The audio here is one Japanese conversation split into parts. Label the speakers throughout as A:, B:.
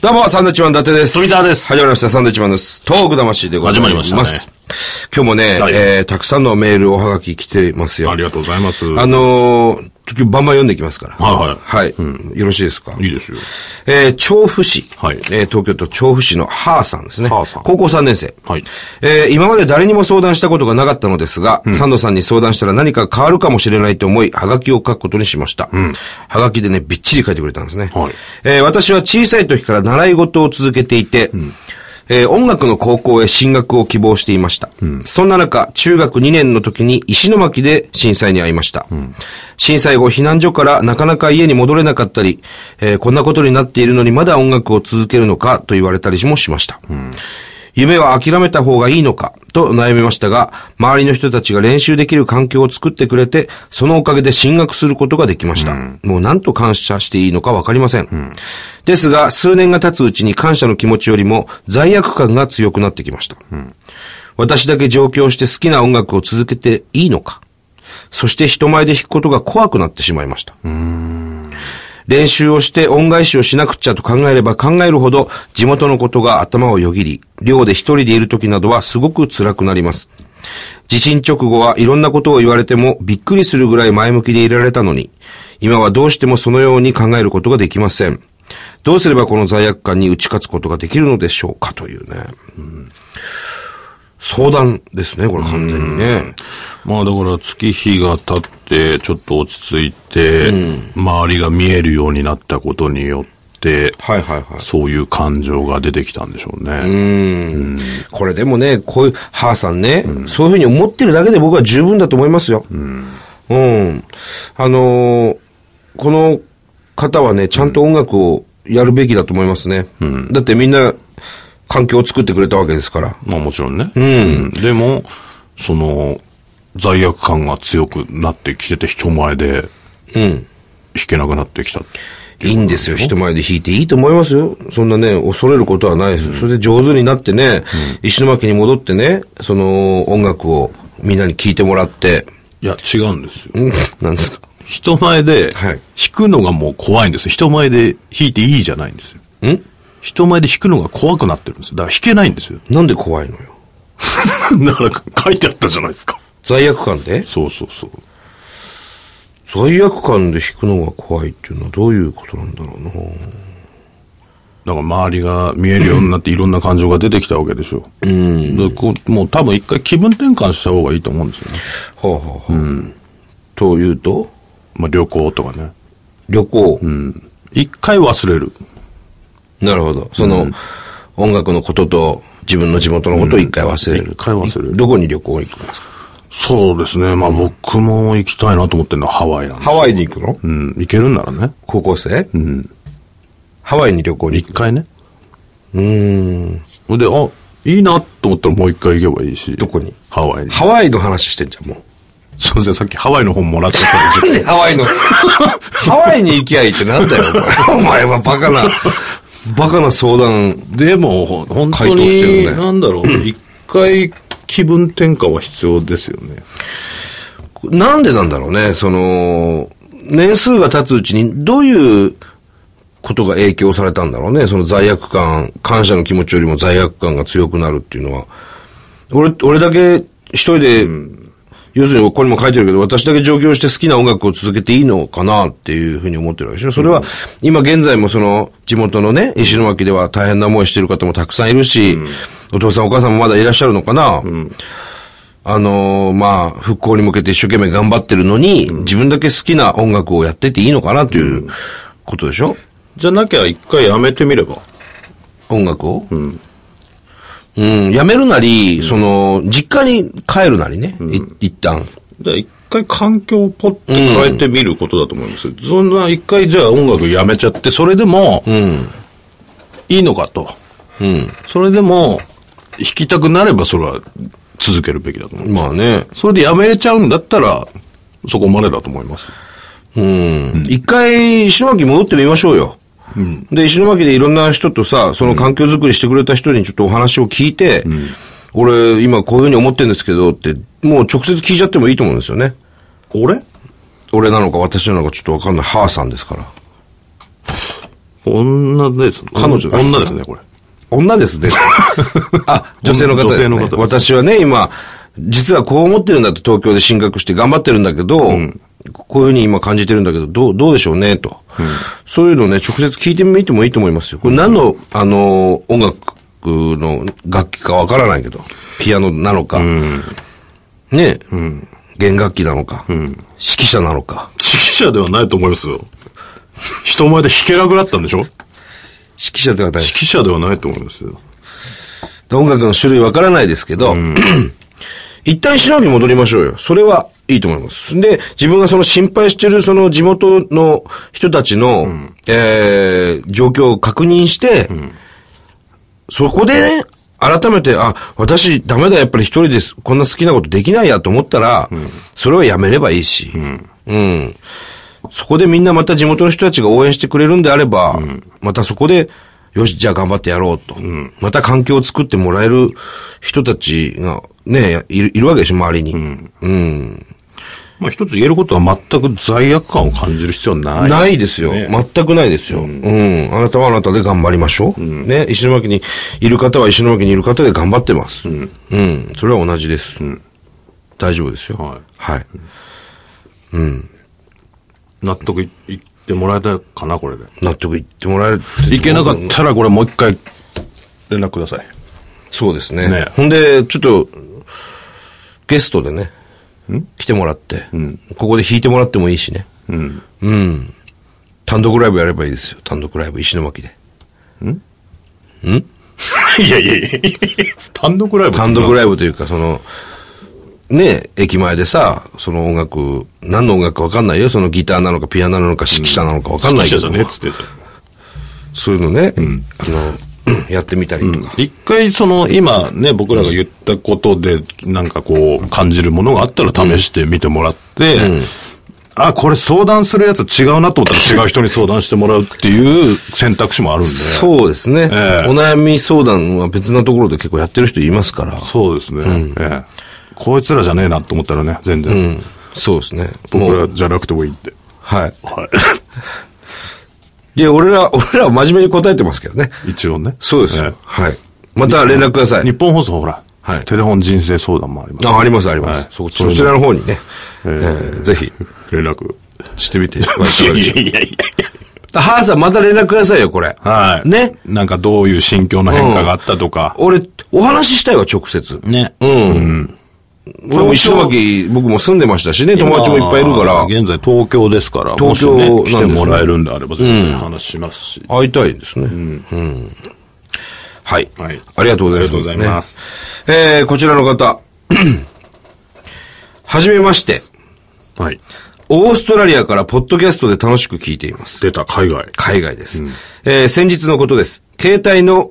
A: どうも、サンドイッチマン伊達です。
B: 富澤です
A: 始まりました、サンドイッチマンです。東北魂でございます。
B: 始まりましたね
A: 今日もね、
B: はい
A: えー、たくさんのメール、おはがき来てますよ。
B: ありがとうございます。
A: あのー、ちょっとバンバン読んでいきますから。
B: はいはい
A: はい。よろしいですか
B: いいですよ。
A: えー、調布市。
B: はい
A: えー、東京都調布市のハーさんですね。
B: ハーさん
A: 高校3年生。
B: はい。
A: えー今まで誰にも相談したことがなかったのですが、サンドさんに相談したら何か変わるかもしれないと思い、ハガキを書くことにしました。ハガキでね、びっちり書いてくれたんですね。
B: はい
A: えー私は小さい時から習い事を続けていて、えー音楽の高校へ進学を希望していました。そんな中、中学2年の時に石巻で震災に遭いました。震災後、避難所からなかなか家に戻れなかったり、えーこんなことになっているのにまだ音楽を続けるのかと言われたりもしました。夢は諦めた方がいいのかと悩みましたが、周りの人たちが練習できる環境を作ってくれて、そのおかげで進学することができました。もう何と感謝していいのかわかりません,、ですが、数年が経つうちに感謝の気持ちよりも罪悪感が強くなってきました。私だけ上京して好きな音楽を続けていいのかそして人前で弾くことが怖くなってしまいました。練習をして恩返しをしなくっちゃと考えれば考えるほど地元のことが頭をよぎり、寮で一人でいる時などはすごく辛くなります。地震直後はいろんなことを言われてもびっくりするぐらい前向きでいられたのに、今はどうしてもそのように考えることができません。どうすればこの罪悪感に打ち勝つことができるのでしょうかというね。相談ですね、これ完全にね。
B: まあだから月日が経って、ちょっと落ち着いて、周りが見えるようになったことによって、
A: はいはいはい。
B: そういう感情が出てきたんでしょうね。
A: うんこれでもね、こういう、母さんね、そういうふうに思ってるだけで僕は十分だと思いますよ。うん。あのーこの方はね、ちゃんと音楽をやるべきだと思いますね。だってみんな、環境を作ってくれたわけですから。
B: まあもちろんね。うんでも、その、罪悪感が強くなってきてて、人前で
A: うん。
B: 弾けなくなってきたって。
A: いいんですよ。人前で弾いていいと思いますよ。そんなね、恐れることはないです。それで上手になってね、石巻に戻ってね、その音楽をみんなに聴いてもらって、
B: いや、違うんですよ。
A: うん、なんですか。
B: 人前で
A: はい
B: 弾くのがもう怖いんですよ。人前で弾いていいじゃないんですよ。
A: ん
B: 人前で弾くのが怖くなってるんですよ。だから弾けないんですよ。
A: なんで怖いのよ。
B: だから書いてあったじゃないですか。
A: 罪悪感で
B: そうそうそう。
A: 罪悪感で弾くのが怖いっていうのはどういうことなんだろうな。
B: だから周りが見えるようになっていろんな感情が出てきたわけでしょ。うん。でこうもう多分一回気分転換した方がいいと思うんですよね。
A: はあ、はあはあというと、
B: まあ旅行とかね。
A: 旅行。
B: うん。一回忘れる。
A: なるほど。その、音楽のことと自分の地元のことを一回忘れる。
B: 一回忘れる
A: どこに旅行に行きますか
B: そうですね。まあ僕も行きたいなと思ってるのはハワイなんですよ
A: ワイに行くの
B: うん。行けるんならね。
A: 高校生うん。ハワイに旅行に行く。
B: 一回ね。
A: うーん。
B: ほんで、あ、いいなと思ったらもう一回行けばいいし。
A: どこに
B: ハワイに。
A: ハワイの話してんじゃん、もう。
B: そうですね、さっきハワイの本もらっちゃっ
A: な
B: たん で
A: んで
B: すよ。
A: ハワイの、 ハワイに行きゃいいってなんだよ、 お前。お前はバカな、バカな相談。
B: でも、ほ本当
A: 回答して
B: に、
A: るね
B: なんだろう、 一回気分転換は必要ですよね。
A: なんでなんだろうね、その、年数が経つうちにどういうことが影響されたんだろうね、その罪悪感、感謝の気持ちよりも罪悪感が強くなるっていうのは。俺、俺だけ一人で、要するにここにも書いてるけど、私だけ上京して好きな音楽を続けていいのかなっていうふうに思ってるわけでしょ。それは、今現在もその地元のね、石巻では大変な思いしてる方もたくさんいるし、お父さんお母さんもまだいらっしゃるのかな。あのーまあ、復興に向けて一生懸命頑張ってるのに、自分だけ好きな音楽をやってていいのかなということでしょ、
B: じゃなきゃ一回やめてみれば。
A: 音楽を。うん。やめるなり、その、実家に帰るなりね、い一旦。
B: じゃあ一回環境をポッて変えてみることだと思いますよ。そんな一回じゃあ音楽やめちゃって、それでも、いいのかと。
A: うん。
B: それでも、弾きたくなればそれは続けるべきだと思う。
A: まあね、
B: それでやめちゃうんだったら、そこまでだと思います。
A: うん。一回、石巻戻ってみましょうよ。で、石巻でいろんな人とさ、その環境づくりしてくれた人にちょっとお話を聞いて、俺、今こういうふうに思ってるんですけどって、もう直接聞いちゃってもいいと思うんですよね。
B: 俺
A: 俺なのか私なのかちょっとわかんない。ハーさんですから。
B: 女です。
A: 彼女だ
B: 女ですね、これ。
A: 女ですね。 あ、女性の方です、ね。
B: 女性の方です
A: 私はね、今、実はこう思ってるんだと東京で進学して頑張ってるんだけど、こういうふうに今感じてるんだけど、どう、どうでしょうね、と。そういうのをね、直接聞いてみてもいいと思いますよ。これ何の、あのー、音楽の楽器かわからないけど、ピアノなのか、ね、弦楽器なのか、指揮者なのか、
B: 指揮者ではないと思いますよ。人前で弾けなくなったんでしょ指
A: 指揮者ではない
B: 揮者ではないと思いますよ。
A: 音楽の種類わからないですけど、一旦しのぎ戻りましょうよ。それはいいと思います。で、自分がその心配してるその地元の人たちの、えー状況を確認して、そこでね、改めて、あ、私ダメだ、やっぱり一人です。こんな好きなことできないやと思ったら、それをやめればいいし、うんそこでみんなまた地元の人たちが応援してくれるんであれば、またそこで、よし、じゃあ頑張ってやろうと。また環境を作ってもらえる人たちがね、いるいるわけでしょ、周りに。うん
B: まあ一つ言えることは全く罪悪感を感じる必要はない。
A: ないですよ。
B: ね
A: 全くないですよ、うん。あなたはあなたで頑張りましょう。ね。石巻にいる方は石巻にいる方で頑張ってます。うん。それは同じです。大丈夫ですよ。
B: はい
A: はい。
B: 納得いいってもらえたかな、これで。
A: 納得いってもらえる。
B: いけなかったらこれもう一回連絡ください。
A: そうですね。
B: ね
A: ほんで、ちょっと、ゲストでね、来てもらって、ここで弾いてもらってもいいしね。
B: うん。
A: うん。単独ライブやればいいですよ。単独ライブ、石巻で。
B: いやいやいや単独ライブ
A: 単独
B: イ
A: ライブというか、その、ねえ、駅前でさ、その音楽、何の音楽かわかんないよ。そのギターなのか、ピアノなのか、指揮者なのかわかんないけ
B: じ
A: ど、
B: ゃねえっつってた
A: そういうのね、あの、 やってみたりとか。
B: 一回その今ね、僕らが言ったことでなんかこう感じるものがあったら試してみてもらって、あ、これ相談するやつ違うなと思ったら違う人に相談してもらうっていう選択肢もあるんで。う。
A: そうですね、
B: ええ
A: お悩み相談は別なところで結構やってる人いますから。
B: そうですね、ええこいつらじゃねえなと思ったらね、全然。
A: うんそうですね。
B: 僕
A: もう
B: らじゃなくてもいいって。
A: はい。
B: はい
A: や、俺ら、 俺らは真面目に答えてますけどね。
B: い。一応ね。
A: そうですよ。
B: ええ
A: はい。また連絡くださ
B: 日
A: い。
B: 本放送ほら、
A: はい
B: テレフォン人生相談もあります。
A: あ、あります、あります。
B: はい
A: そそちらの方にね、えーぜひ、
B: 連絡。
A: してみてはいかがでしょうか。
B: いやいや。
A: ハーさん、また連絡くださいよ、これ。
B: はい。
A: ね。
B: なんかどういう心境の変化があったとか。
A: 俺、お話ししたいわ、直接。
B: ね。
A: うん。俺も石巻、僕も住んでましたしね、友達もいっぱいいるから、
B: 現在東京ですから、
A: 東京
B: もし
A: な
B: ね、来て
A: んですよ
B: もらえるんであれば全然話しますし。
A: 会いたいですね。うん。はい。
B: はい
A: ありがとうございます。
B: ありがとうございます
A: ね。えー、こちらの方。 はじめまして。
B: はい。
A: オーストラリアからポッドキャストで楽しく聞いています。
B: 出た、海外。
A: 海外です。えー先日のことです。携帯の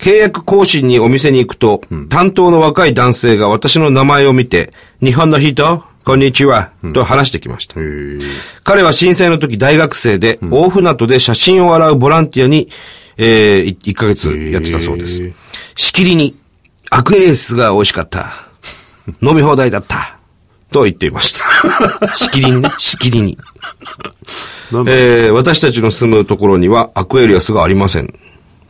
A: 契約更新にお店に行くと、担当の若い男性が私の名前を見て、日本の人、こんにちは、と話してきました。
B: へー
A: 彼は震災の時大学生で、大船渡で写真を洗うボランティアに、えー、1ヶ月やってたそうで
B: へ
A: す
B: ー。
A: しきりに、アクエリアスが美味しか った。飲み放題だった。と言っていま した。しきりにね、しきりに。
B: なんだ
A: えー私たちの住むところにはアクエリアスがありません。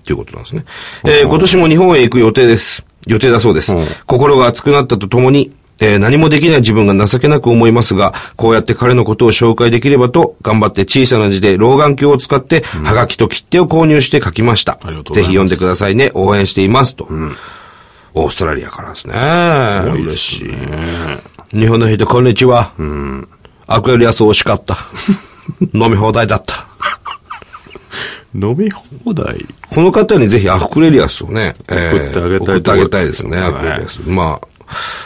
A: ということなんですね。えー今年も日本へ行く予定です。予定だそうです。心が熱くなったとともに、えー何もできない自分が情けなく思いますが、こうやって彼のことを紹介できればと、頑張って小さな字で老眼鏡を使って、はがきと切手を購入して書きました。
B: ありがとうござ
A: ぜ
B: いま
A: ひ
B: す
A: 読んでくださいね。応援しています。と。オーストラリアからですね。嬉しい。日本の人、こんにちは。アクエリアス美味しか った。飲み放題だった。
B: 飲み放題。
A: この方にぜひアクエリアスをね、送
B: 送ってあげたいところです
A: 送ってあげたいですよね、
B: はい
A: アクエリアス。まあ、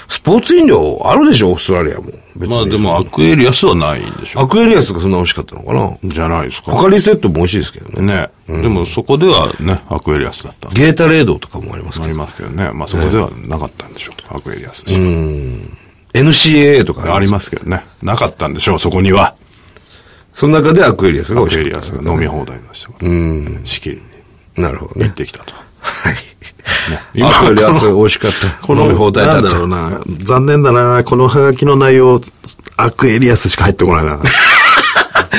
A: スポーツ飲料あるでしょ、オーストラリアも。別に
B: まあでも、アクエリアスはないんでしょ。
A: アクエリアスがそんな美味しかったのかな。
B: じゃないですか
A: ポ。カリセットも美味しいですけどね。
B: ね。でもそこではね、アクエリアスだった。
A: ゲータレードとかもありますけ
B: あ
A: ど。
B: りますけどね。まあそこではなかったんでしょう。アクエリアスでしょ
A: NCAA とか
B: あ
A: あり
B: り
A: ます。
B: ますけどね。なかったんでしょう、そこには。
A: その中でアクエリアスが美味
B: エ
A: し
B: リ
A: か
B: ア
A: っ
B: ス
A: た。
B: が飲み放題の人が、うん、しきりに
A: なるほど
B: 行
A: ね
B: っ。てきたと。
A: はい。
B: 今
A: アクエリアス美味しかった。飲み放題だった。
B: な、 残念だな、このハガキの内容、アクエリアスしか入ってこないな。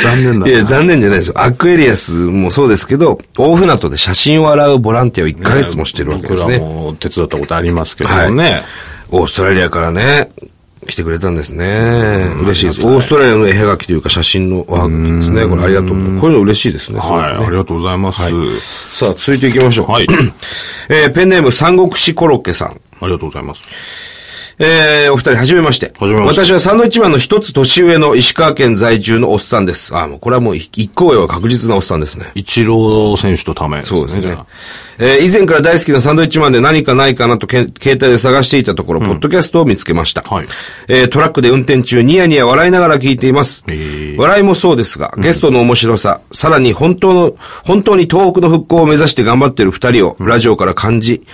B: 残念だ
A: い
B: な
A: や、残念じゃないですよ。アクエリアスもそうですけど、大船渡で写真を洗うボランティアを1ヶ月もしてるわけですね。
B: 僕らも手伝ったことありますけどもね。
A: オーストラリアからね、来てくれたんですね。嬉しいです。オーストラリアの絵はがきというか写真のおはがきですね。これありがとう。こういうの嬉しいですね。そう
B: はい、ありがとうございます。はい。
A: さあ、続いていきましょう。
B: はい
A: えーペンネーム三国志コロッケさん。
B: ありがとうございます。
A: えー、お二人、はじめまして。
B: はじめまして
A: 私はサンドイッチマンの一つ年上の石川県在住のおっさんです。あー、もうこれはもう一行へは確実なおっさんですね。
B: 一郎選手とためですね。
A: そうです
B: じ
A: ね
B: ゃあ。
A: えー以前から大好きなサンドイッチマンで何かないかなとけ携帯で探していたところ、ポッドキャストを見つけました。
B: はい
A: えートラックで運転中、ニヤニヤ笑いながら聞いています。
B: へー
A: 笑いもそうですが、ゲストの面白さ、さらに本当の、本当に東北の復興を目指して頑張っている二人を、ラジオから感じ、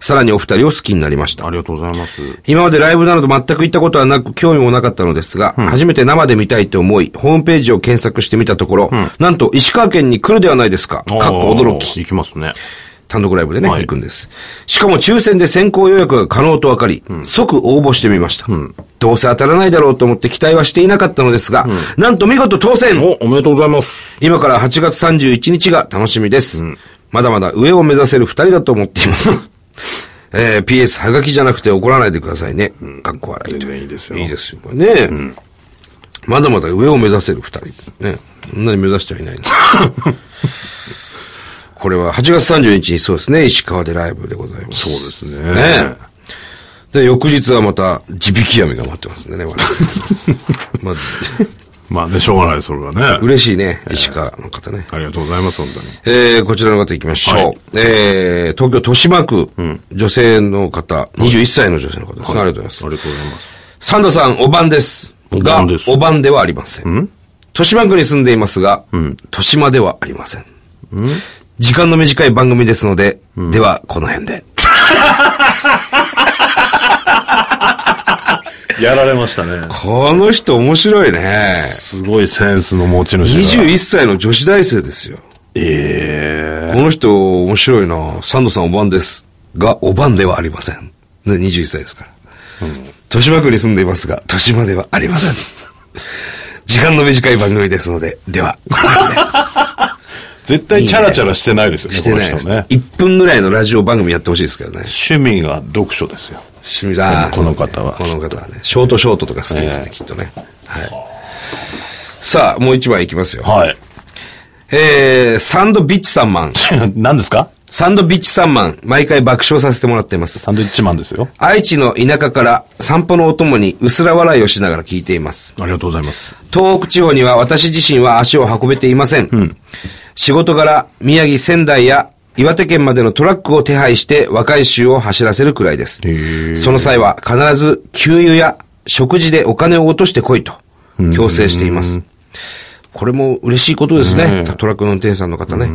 A: さらにお二人を好きになりました
B: あ。りがとうございます。
A: 今までライブなど全く行ったことはなく、興味もなかったのですが、初めて生で見たいと思い、ホームページを検索してみたところ、なんと石川県に来るではないですか。かっこ驚き。
B: あー。いきますね。
A: 単独ライブでね、
B: はい
A: 行くんです。しかも抽選で先行予約が可能と分かり、即応募してみました、どうせ当たらないだろうと思って期待はしていなかったのですが、なんと見事当選
B: お、おめでとうございます。
A: 今から8月31日が楽しみです。まだまだ上を目指せる二人だと思っています。 えー、PS、はがきじゃなくて怒らないでくださいね。かっこ笑いと
B: 全然いいですよ
A: いいですよ。これね、まだまだ上を目指せる二人。ね。そんなに目指してはいないん です。これは8月31日にそうですね、石川でライブでございます。そうです
B: ね
A: ねで、翌日はまた、地引き網が待ってますんでね、我 々まず、
B: まあね、しょうがない、それはね。
A: 嬉しいね、石川の方ね。
B: ありがとうございます、本当に。
A: えー、こちらの方行きましょう。
B: はい
A: えー、東京豊島区、女性の方、21歳の女性の方ですね。ありがとうございます。
B: ありがとうございます。
A: サンドさん、おばんです。
B: お
A: が
B: ばんで、す
A: おばんではありません。豊島区に住んでいますが、豊島ではありません。時間の短い番組ですので、では、この辺で。
B: やられましたね。
A: この人面白いね。
B: すごいセンスの持ち主だ。
A: 21歳の女子大生ですよ。
B: ええ
A: この人面白いな。サンドさんおばんです。が、おばんではありません。ね、21歳ですから。豊島区に住んでいますが、豊島ではありません。時間の短い番組ですので、では、
B: 絶対チャラチャラしてないですよね、
A: してないです
B: この人ね。
A: 1分ぐらいのラジオ番組やってほしいですけどね。
B: 趣味が読書ですよ。
A: 清水あー
B: この方は
A: この方はね。ショートショートとか好きですね、
B: ええ
A: きっとね。はい。さあ、もう一枚いきますよ。
B: はい。
A: えー、サンドビッチさんマン。
B: 何ですか
A: サンドビッチさんマン。毎回爆笑させてもらっています。
B: サンドイッチマンですよ。
A: 愛知の田舎から散歩のお供に薄ら笑いをしながら聞いています。
B: ありがとうございます。
A: 東北地方には私自身は足を運べていません。仕事柄、宮城、仙台や岩手県までのトラックを手配して若い州を走らせるくらいです
B: へ。ー
A: その際は必ず給油や食事でお金を落としてこいと強制しています。これも嬉しいことですね。トラックの運転手さんの方ね。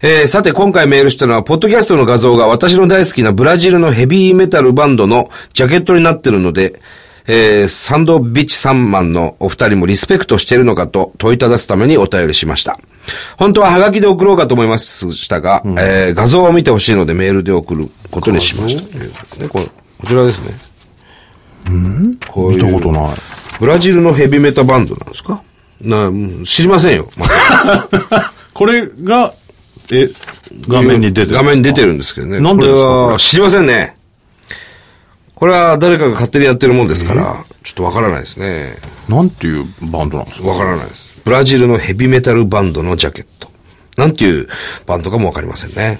A: えーさて今回メールしたのは、ポッドキャストの画像が私の大好きなブラジルのヘビーメタルバンドのジャケットになってるので、えーサンドビッチサンマンのお二人もリスペクトしてるのかと問いただすためにお便りしました。本当はハガキで送ろうかと思いましたが、えー画像を見てほしいのでメールで送ることにしました。ということでねこれこちらですね。こういう
B: 見たことない。
A: ブラジルのヘビメタバンドなんですかな、うん知りませんよ。まあ
B: これが、え、画面に出てる。
A: 画面に出てるんですけどね。
B: なん
A: こ
B: で
A: れ
B: ですかこ
A: は、
B: れ
A: 知りませんね。これは誰かが勝手にやってるもんですから、ちょっとわからないですね。
B: なんていうバンドなんですか
A: わからないです。ブラジルのヘビメタルバンドのジャケット。なんていうバンドかもわかりませんね。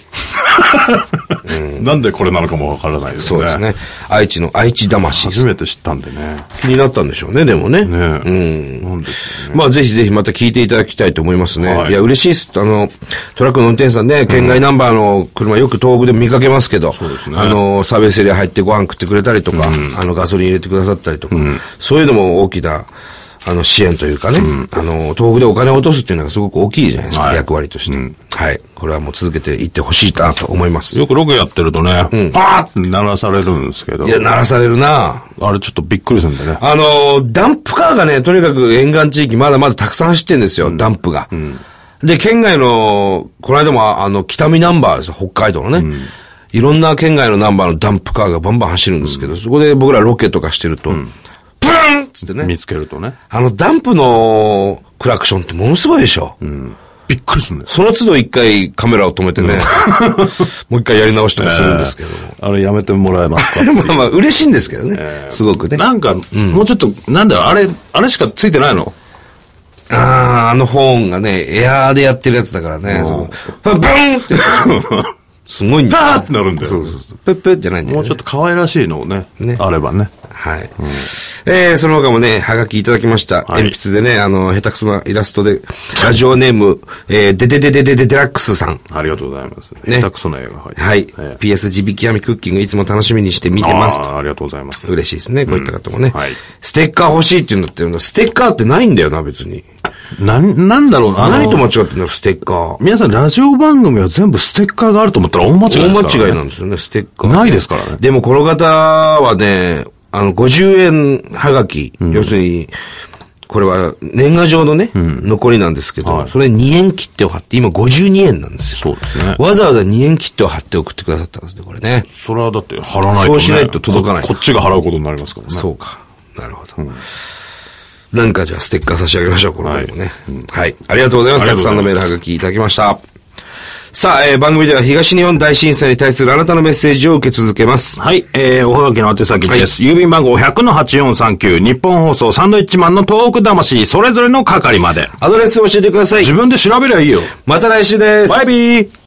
B: なんでこれなのかもわからないです
A: そ
B: ね。
A: うですね。愛知の愛知魂。
B: 初めて知ったんでね。
A: 気になったんでしょうね、でもね。う
B: ねえ。
A: ん。
B: なんですよね。
A: まあ、ぜひぜひまた聞いていただきたいと思いますね。
B: はい
A: い、や、嬉しいです。あの、トラックの運転手さんね、県外ナンバーの車よく東北でも見かけますけど、
B: うですね
A: あの、サービスエリア入ってご飯食ってくれたりとか、あの、ガソリン入れてくださったりとか、そういうのも大きな、あの、支援というかね、あの、東北でお金を落とすっていうのがすごく大きいじゃないですか、
B: はい
A: 役割として、はい。これはもう続けていってほしいなと思います。い
B: よくロケやってるとね、パーって鳴らされるんですけど、
A: や、鳴らされるな
B: あれちょっとびっくりするんでね。
A: あのー、ダンプカーがね、とにかく沿岸地域まだまだたくさん走ってんですよ、ダンプが。で、県外の、この間もあの、北見ナンバーですよ、北海道のね。いろんな県外のナンバーのダンプカーがバンバン走るんですけど、そこで僕らロケとかしてると、ブーンっつってね。
B: 見つけるとね。
A: あの、ダンプのクラクションってものすごいでしょ。
B: びっくりするんです。
A: その都度一回カメラを止めてね、 もう一回やり直したりするんですけ ど。
B: あれやめてもらえますか
A: まあまあ、嬉しいん ですけどね。すごくね。
B: なんか、もうちょっと、なんだろう、あれ、あれしかついてないの
A: ああ、あのホーンがね、エアーでやってるやつだからね、その、ブーンって、すごいんだよ
B: パーってなるんだよ
A: そうそうそう。ペッペッじゃないんだよ、ね。
B: もうちょっと可愛らしいのをね、
A: ね
B: あればね。
A: はい。えー、その他もね、はがきいただきました。
B: はい
A: 鉛筆でね、あの、下手くそなイラストで、ラジオネーム、えー、デデデデデデデラックスさん。
B: ありがとうございます。
A: ね
B: ね、下手くそな映画入って。
A: はい。
B: ええ
A: PS 地引き網クッキングいつも楽しみにして見てます
B: あ
A: と。
B: ーありがとうございます。
A: 嬉しいですね、こういった方もね。
B: はい
A: ステッカー欲しいって言うんだって、ステッカーってないんだよな、別に。
B: なん、なんだろうな。
A: 何
B: 何
A: と
B: と
A: 間
B: も、
A: 違ってんの、ステッカー。
B: 皆さんラジオ番組は全部ステッカーがあると思ったら大間違いで
A: 大
B: すから、ね。
A: 間違いなんですよね、ステッカー。
B: ないですからね
A: でもこの方はね、あの、50円はがき、要するに、これは年賀状のね、残りなんですけど、
B: はい
A: それ2円切手を貼って、今52円なんですよ。
B: そうですね
A: わざわざ2円切手を貼って送ってくださったんですね、これね。
B: それはだって払わないと、ね。
A: そうしないと届かない
B: ここっちが払うことになりますからね。
A: そうか。なるほど。なんかじゃあステッカー差し上げましょう、この方もね。はい。ありがとうございます。
B: あり
A: たくさん
B: がとうございます
A: のメールはがきいただきました。さあ、えー番組では東日本大震災に対するあなたのメッセージを受け続けます。
B: はい、えー、おはがきの宛先です。郵便番号100-8439、日本放送サンドイッチマンの東北魂、それぞれの係まで。
A: アドレスを教えてください。
B: 自分で調べりゃいいよ。
A: また来週です。
B: バイビー